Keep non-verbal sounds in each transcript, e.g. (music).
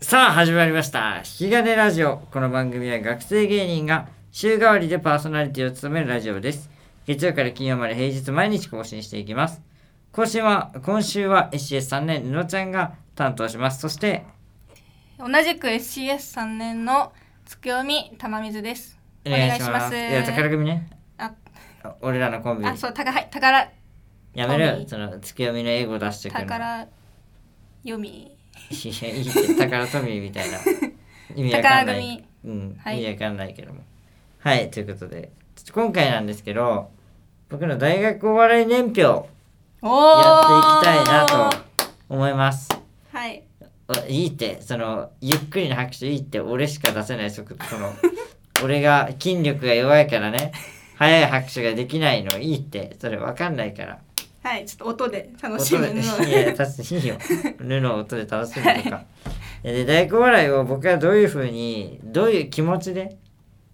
さあ始まりました「引き金ラジオ」この番組は学生芸人が週替わりでパーソナリティを務めるラジオです月曜から金曜まで平日毎日更新していきます更新は今週は SCS3 年のちゃんが担当しますそして同じく SCS3 年の月読み玉水です。お願いしますお願いしますいや宝組ねあ、俺らのコンビあ、そう、たかはい、宝、やめるコンビその月読みの英語出してくるの宝読み。いやいいって宝トミーみたい (laughs) な意味わかんな宝い組、うんはい意味わかんないけどもはいということでちょっと今回なんですけど僕の大学お笑い年表やっていおお。きたいなと。思いますはい。おいいってそのゆっくりの拍手いいって俺しか出せない速度そ (laughs) の俺が筋力が弱いからね速い拍手ができないのいいってそれわかんないからはい、ちょっと音で楽し (laughs) 音むでの。いや確かにいいよ布を音で楽しむとか、で大工笑いを僕はどういうふうにどういう気持ちで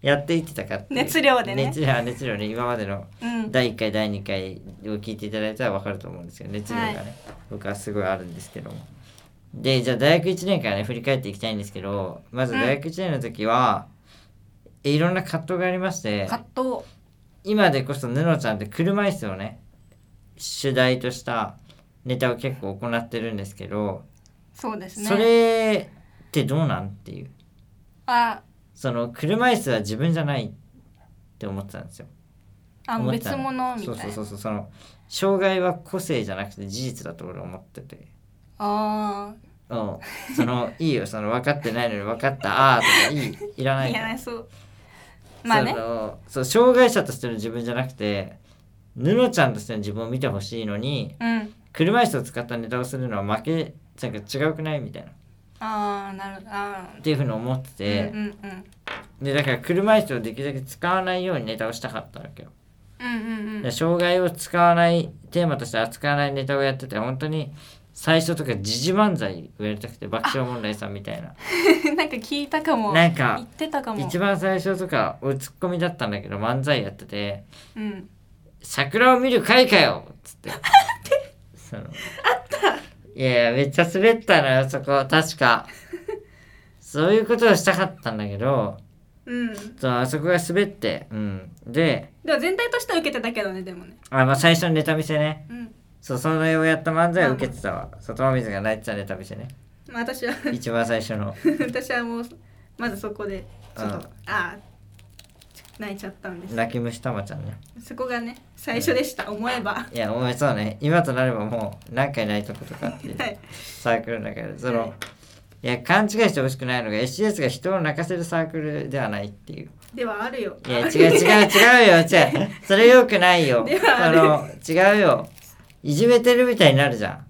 やっていってたかっていう熱量でね熱量熱量ね今までのうん。第1回第2回を聞いていただいたら分かると思うんですけど熱量がね、はい僕はすごいあるんですけどもでじゃあ大学1年からね振り返っていきたいんですけどまず大学1年の時は、いろんな葛藤がありまして葛藤。今でこそ布ちゃんって車椅子をね主題としたネタを結構行ってるんですけど、そうですね。それってどうなんっていうあ、その車椅子は自分じゃないって思ってたんですよあ、思って別たの物みそたいうな。そうそうそうその障害は個性じゃなくて事実だと俺思っててあうんそ (laughs) のいいよその分かってないのに分かったあーとかいいいらあ、ないいかやらないそう。まあねそ。のそう障害者としての自分じゃなくて布ちゃんとしての自分を見てほしいのにうん。車椅子を使ったネタをするのは負けなんか違うくないみたいなっああ、なるほど。あーていうふうに思っててうん、うんでだから車椅子をできるだけ使わないようにネタをしたかったわけよ、うん。うんうんうでん。障害を使わないテーマとして扱わないネタをやってて本当に最初とか時事漫才をやりたくて爆笑問題さんみたいな (laughs) なんか聞いたかも。なんか言ってたかも。一番最初とか俺ツッコミだったんだけど漫才やっててうん。 「桜を見る会かよ!」っつって (laughs) そのあったいやいやめっちゃ滑ったのよそこ確かそういうことをしたかったんだけどうん。そうあそこが滑って、うん、ででも全体としては受けてたけどねでもねあ、まあ、最初のネタ見せねうんそうそれをやった漫才を受けてたわ外間水が泣いてたネタ見せねまあ私は (laughs) 一番最初の私はもうまずそこでちょっとうんああ泣いちゃったんです泣き虫たまちゃんねそこがね最初でした思えば (laughs) はいやお前そうね今となればもう何回泣いたことかっていういサークルだけどそはいのいや勘違いしてほしくないのが SCS が人を泣かせるサークルではないっていうではあるよいや違う違う違うよ違うそれよくないよ (laughs) ではそあの違うよいじめてるみたいになるじゃん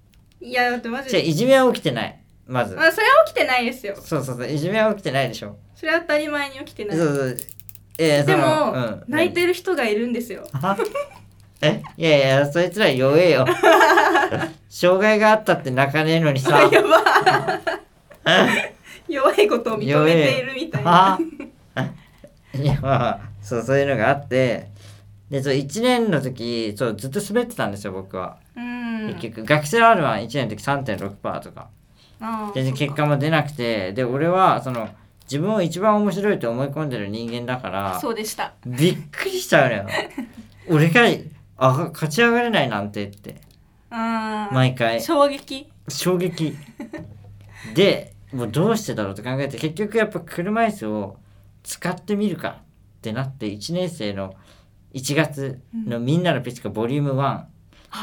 (laughs) いやだってマジじゃでいじめは起きてないまずまあそれは起きてないですよそうそうそういじめは起きてないでしょそれは当たり前に起きてなそいうそうえー、でそも、のうん、泣いてる人がいるんですよは (laughs) えいやいやそいつら弱え (laughs) よ障害があったって泣かねえのにさやば (laughs) 弱いことを認めているみたいなは (laughs) いやまあそうそういうのがあってでそう1年の時そうずっと滑ってたんですよ僕は、うん結局学生 r 1 1年の時3.6%とかああ全然結そ果も出なくてで俺はその自分を一番面白いと思い込んでる人間だかうからそうでしたびっくりした (laughs) よね俺があ勝ち上がれないなんてってああ毎回衝撃衝撃でもうどうしてだろうと考えて結局やっぱ車椅子を使ってみるかってなって1年生の1月の「みんなのピチカボリューム1、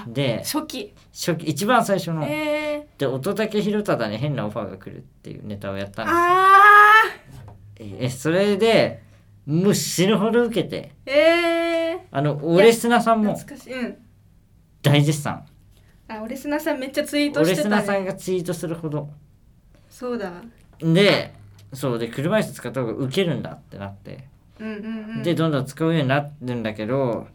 で初期初期一番最初のええ「ーで乙武宏忠に変なオファーが来る」っていうネタをやったんですああえそれでもう死ぬほど受けてえあの俺砂さー、んも懐かしいうん大絶賛あ俺砂さんめっちゃツイート俺してた、砂ね、さんがツイートするほどそうだわでそうで車椅子使った方が受けるんだってなってうんうんうんでどんどん使うようになってるんだけど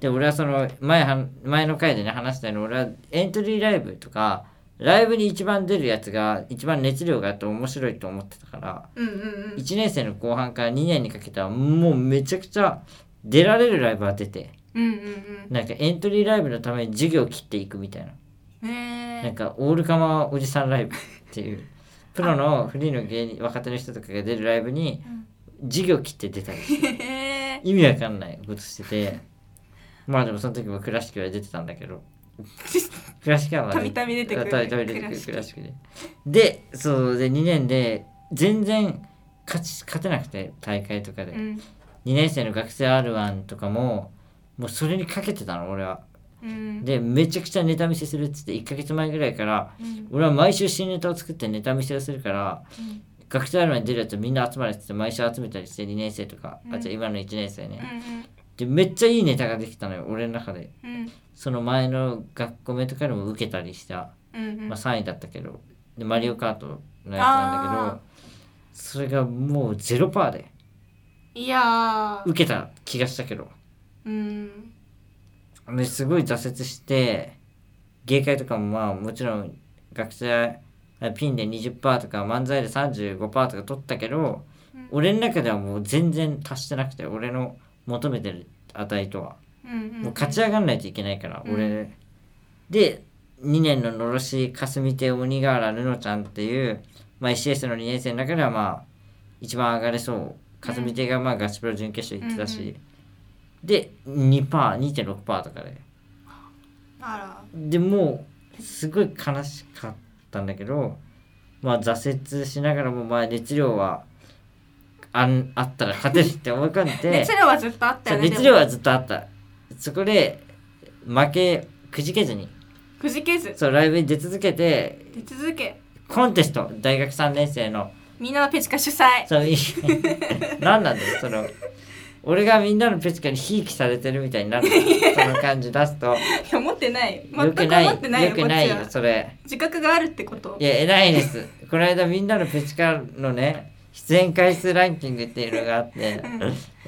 で俺はその前は前の回でね話したように俺はエントリーライブとかライブに一番出るやつが一番熱量があって面白いと思ってたからうんうんうん1年生の後半から2年にかけてはもうめちゃくちゃ出られるライブは出てうんうんなんかエントリーライブのために授業を切っていくみたいなうんえなんー、 (laughs) かオールカマおじさんライブっていうプロのフリーの芸人若手の人とかが出るライブに授業切って出たりしてへえ意味わかんないことしててまあでもその時も倉敷は出てたんだけど倉敷はまあ (laughs) たびたび出てくるたびたび出てく倉る敷倉敷ででそうで2年で全然勝ち勝てなくて大会とかで、うん2年生の学生 R1 とかももうそれにかけてたの俺はうんでめちゃくちゃネタ見せするっつって1ヶ月前ぐらいからうん俺は毎週新ネタを作ってネタ見せをするからうん学生 R1 に出るやつみんな集まれっつって毎週集めたりして2年生とか、うあんじゃあ今の1年生ね、うんでめっちゃいいネタができたのよ俺の中でうんその前の学校名とかでも受けたりした、うんうんまあ、3位だったけどでマリオカートのやつなんだけあどそれがもうゼロパーでいやー受けた気がしたけどうんですごい挫折して芸会とかもまあもちろん学生あピンで20%とか漫才で35%とか取ったけどうん俺の中ではもう全然達してなくて俺の求めてる値とはうんうんもう勝ち上がんないといけないから、うん俺で2年ののろしかすみ亭鬼瓦るのちゃんっていう、まあ、SES の2年生の中ではまあ一番上がれそうかすみ亭がまあガチプロ準決勝行ってたし、うんうで 2%2.6% とかであらでもうすごい悲しかったんだけどまあ挫折しながらもまあ熱量はあんあったら勝てるって思い浮かんで (laughs) 熱量はずっとあったそうよね熱量でもはずっとあったそこで負けくじけずにくじけずそうライブに出続けて出続けコンテスト大学3年生のみんなのペチカ主催その (laughs) 何なんだよその俺がみんなのペチカにひいきされてるみたいになるからその感じ出すといや思ってないよよ (laughs) 全くくない思よってないよこくっちないよはそれ。自覚があるってこといや、偉いです。この間みんなのペチカのね、出演回数ランキングっていうのがあ (laughs) って、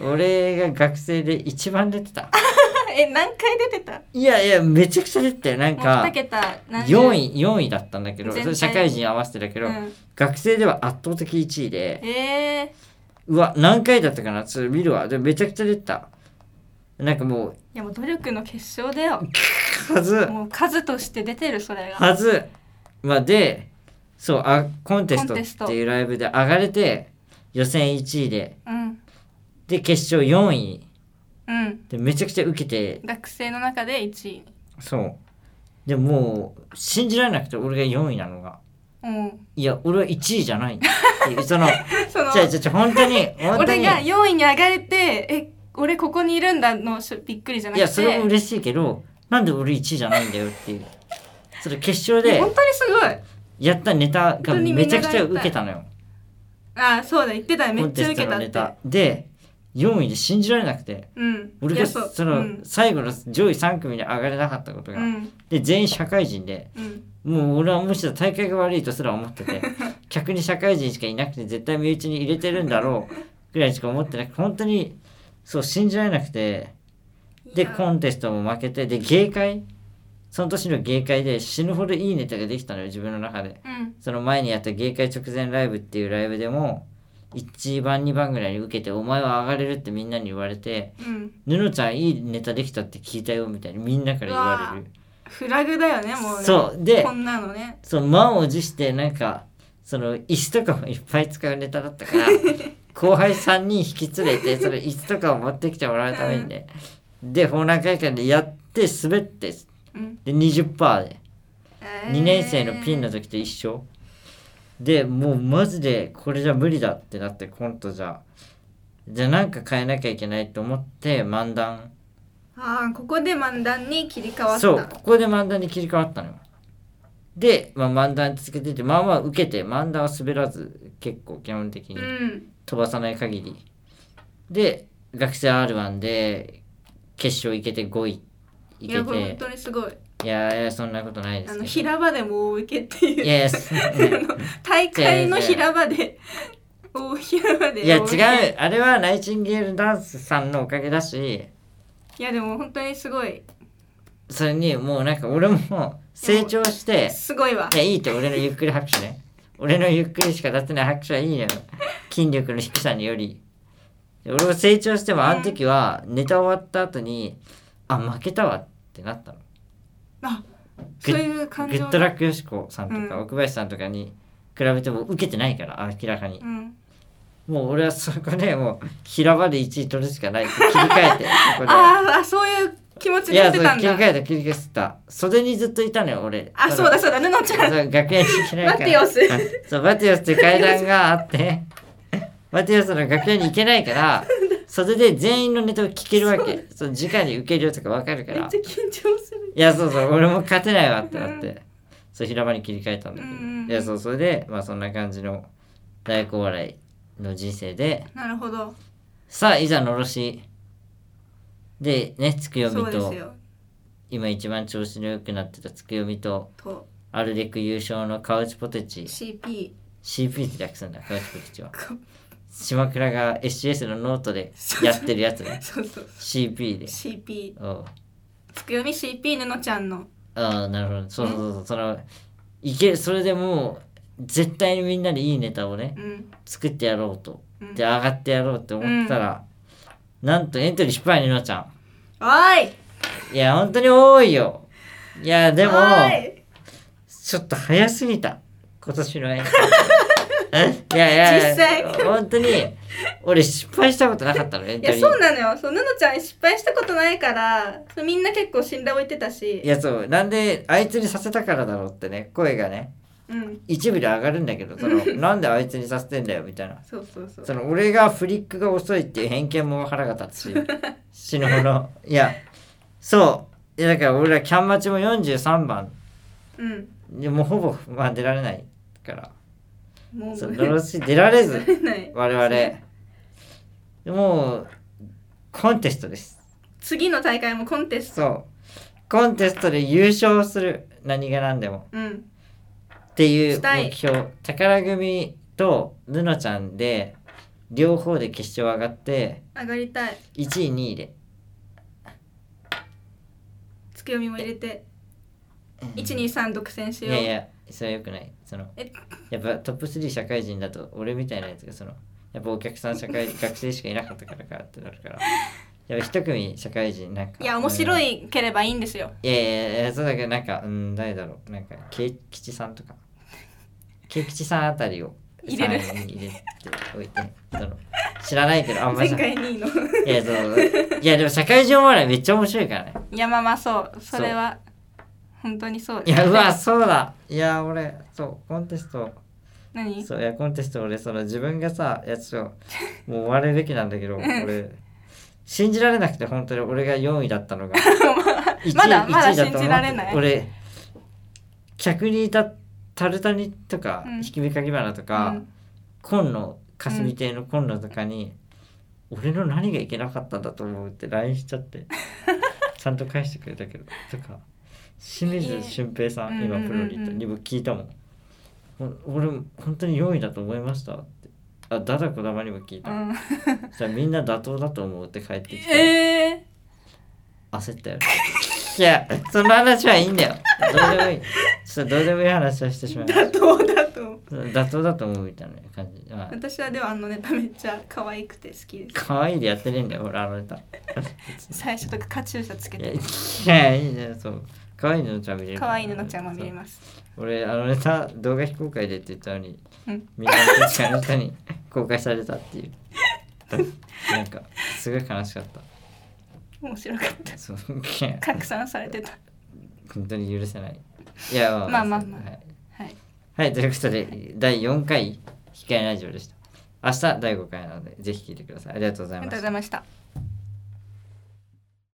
俺が学生で一番出てた。 (laughs) え何回出てたいやいや、めちゃくちゃ出てたよ。なんもう2か、桁何十4位、4位だったんだけど、全体それ社会人合わせてだけど、うん学生では圧倒的1位で、えー、うわ、何回だったかなそれ見るわ。でもめちゃくちゃ出てた。なんかもう、いやもう努力の結晶だよはず、もう数として出てるそれがはず。まあ、で、そうあ、コンテスコンテストトっていうライブで上がれて、予選1位で、うんで決勝4位うんでめちゃくちゃ受けて学生の中で1位そうでもう信じられなくて俺が4位なのがうんいや俺は1位じゃないっていう (laughs) そのそのじゃじゃじゃ本当に本当俺にがい4位に上がれてえ俺ここにいるんだのしょびっくりじゃなくてやそれも嬉しいけどなんで俺1位じゃないんだよっていうそれ決勝いやで本当にすごいやったネタがめちゃくちゃ受けたのよああそうだ言ってたねめっちゃ受けたコンテっストのネタてで4位で信じられなくてうん俺いやがうそうのん最後の上位3組に上がれなかったことうが、んで全員社会人でうんもう俺はむしろ大会が悪いとすら思って (laughs) て客に社会人しかいなくて絶対身内に入れてるんだろうぐらいしか思ってなくて本当にそう信じられなくていでやコンテストも負けてで芸会その年の芸会で死ぬほどいいネタができたのよ自分の中でうんその前にやった芸会直前ライブっていうライブでも1番2番ぐらいに受けて「お前は上がれる」ってみんなに言われてうん「ぬのちゃんいいネタできたって聞いたよ」みたいにみんなから言われるフラグだよねもうねそうでこんなのねその満を持してなんかその椅子とかもいっぱい使うネタだったから (laughs) 後輩3人引き連れてその椅子とかを持ってきてもらうためにね、で法難会館でやって滑ってうんで20%でえー2年生のピンの時と一緒でもうマジでこれじゃ無理だってなってコントじゃじゃあなんか変えなきゃいけないと思って漫談ああここで漫談に切り替わったそうここで漫談に切り替わったのよで、まあ、漫談続けててまあまあ受けて漫談は滑らず結構基本的にうん飛ばさない限りで学生 R1 で決勝行けて5位い行やけこれ本て当にすごいいやいやそんなことないであすのけど平場でも大受けっていういやいやそあの大会の平場で大平場でいや大受け違うあれはナイチンゲールダンスさんのおかげだしいやでも本当にすごいそれにもうなんか俺も成長してすごいわいや、いいって、俺のゆっくり拍手ね。俺のゆっくりしか出せない拍手はいいよ。筋力の低さにより。俺も成長しても、あの時は、ネタ終わった後に、あ、負けたわってなったの。あそういう感グ情ッドラックよしこさんとか、うん奥林さんとかに、比べても受けてないから明らかにうん、もう俺はそこでもう平場で1位取るしかないって切り替えてそこで (laughs) あーあそういう気持ちいでしやてそうたん切りだ替えた切り替えた袖にずっといたのよ俺あそうだそうだ布ちゃんそう楽屋に行けないからバティオスあそうバティオスっていう階段があってバティオスの楽屋に行けないからそれで全員のネタを聞けるわけそう直に受けるとかわかるかめっらちゃ緊張するいやそうそう俺も勝てないわってなってそう平場に切り替えたんだけど、うんうんうんいやそうそれでまあそんな感じの大工笑いの人生でなるほどさあいざのろしでねつくよみそうでとすよ今一番調子の良くなってたつくよみととアルデク優勝のカウチポテチ CP CP って略すんだカウチポテチは島倉が SCS のノートでやってるやつね (laughs) そうそう CP で CP おうつくよみ CP 布ちゃんのああなるほどそうそうそうそのいけそれでもう絶対にみんなでいいネタをねうん作ってやろうとうんで上がってやろうって思ったら、なんとエントリー失敗にのちゃおーいんいや本当に多いよいやでもおーいちょっと早すぎた今年のエン (laughs) トリーいやいや実際本当に俺失敗したことなかったのエンいトリやーそうなのよそう布ちゃん失敗したことないからそうみんな結構信頼置いてたいしやそうなんであいつにさせたからだろうってね声がねうん一部で上がるんだけどそのなんであいつにさせてんだよみたいなそうそうそうその俺がフリックが遅いっていう偏見も腹が立つし死ぬほどいやそういやだから俺らキャンマチも43番うんでもうほぼ、まあ、出られないからもうそうのろし出られず慣れない我々でもうコンテストです次の大会もコンテストそうコンテストで優勝する何が何でもうんっていうしたい目標宝組とぬのちゃんで両方で決勝上がって上がりたい1位2位でつくよみも入れて123独占しいようやいやそれはよくないそのえやっぱトップ3社会人だと俺みたいなやつがそのやっぱお客さん社 (laughs) 会学生しかいなかったからかってなるからやっぱ一組社会人なんかいや面白いいければいいんですよいやいやいやそうだけどなんかうん誰だろうなんか慶吉さんとか慶吉さんあたりを入れる三位に入れておいてその知らないけどあんま前り回2位の (laughs) いやそういやでも社会人お笑いめっちゃ面白いからねいやまあまあそうそれは本当にそ (laughs) ういやうわそうだいや俺そうコンテスト何そういやコンテスト俺その自分がさやつをもう終わるべきなんだけど俺信じられなくて本当に俺が4位だった (laughs) のが一位まだ一位まだと思って信じられない俺客にいたタルタニとか、うん引き目かぎ花とうか、ん今野、霞亭の今野とかに、俺の何がいけなかったんだと思うって LINE しちゃって (laughs) ちゃんと返してくれたけどとか清水俊平さんいえ今プロにいうんうんうんたうんにも聞いたもんほ俺本当に4位だと思いましたってあだだこだまにも (laughs) 聞いた、うんそしたらみんな妥当だと思うって帰ってきて、え焦ったよいやその話はいいんだよどうでもいいちょっとどうでもいい話はしてしまいー、まし (laughs) 妥当だとた妥当だと思うみたいな感じまあ私はではあのネタめっちゃ可愛くて好きです可愛いでやってねえんだよ俺あのネタ最初とかカチューシャつけいやいてやいいねそう可愛いのちゃん見れる可愛い布ちゃんも見れますそう俺あのネタ動画非公開でって言ったのに、うんみんなの時間の下に (laughs) 公開されたっていうなんかすごい悲しかっ面白かったたそういや拡散されてた本当に許せないいやまあまあまあまあはい、はいはい、ということで第4回「控えラジオ」でした明日第5回なのでぜひ聞いてくださいありがとうござあいりまがとうしたございました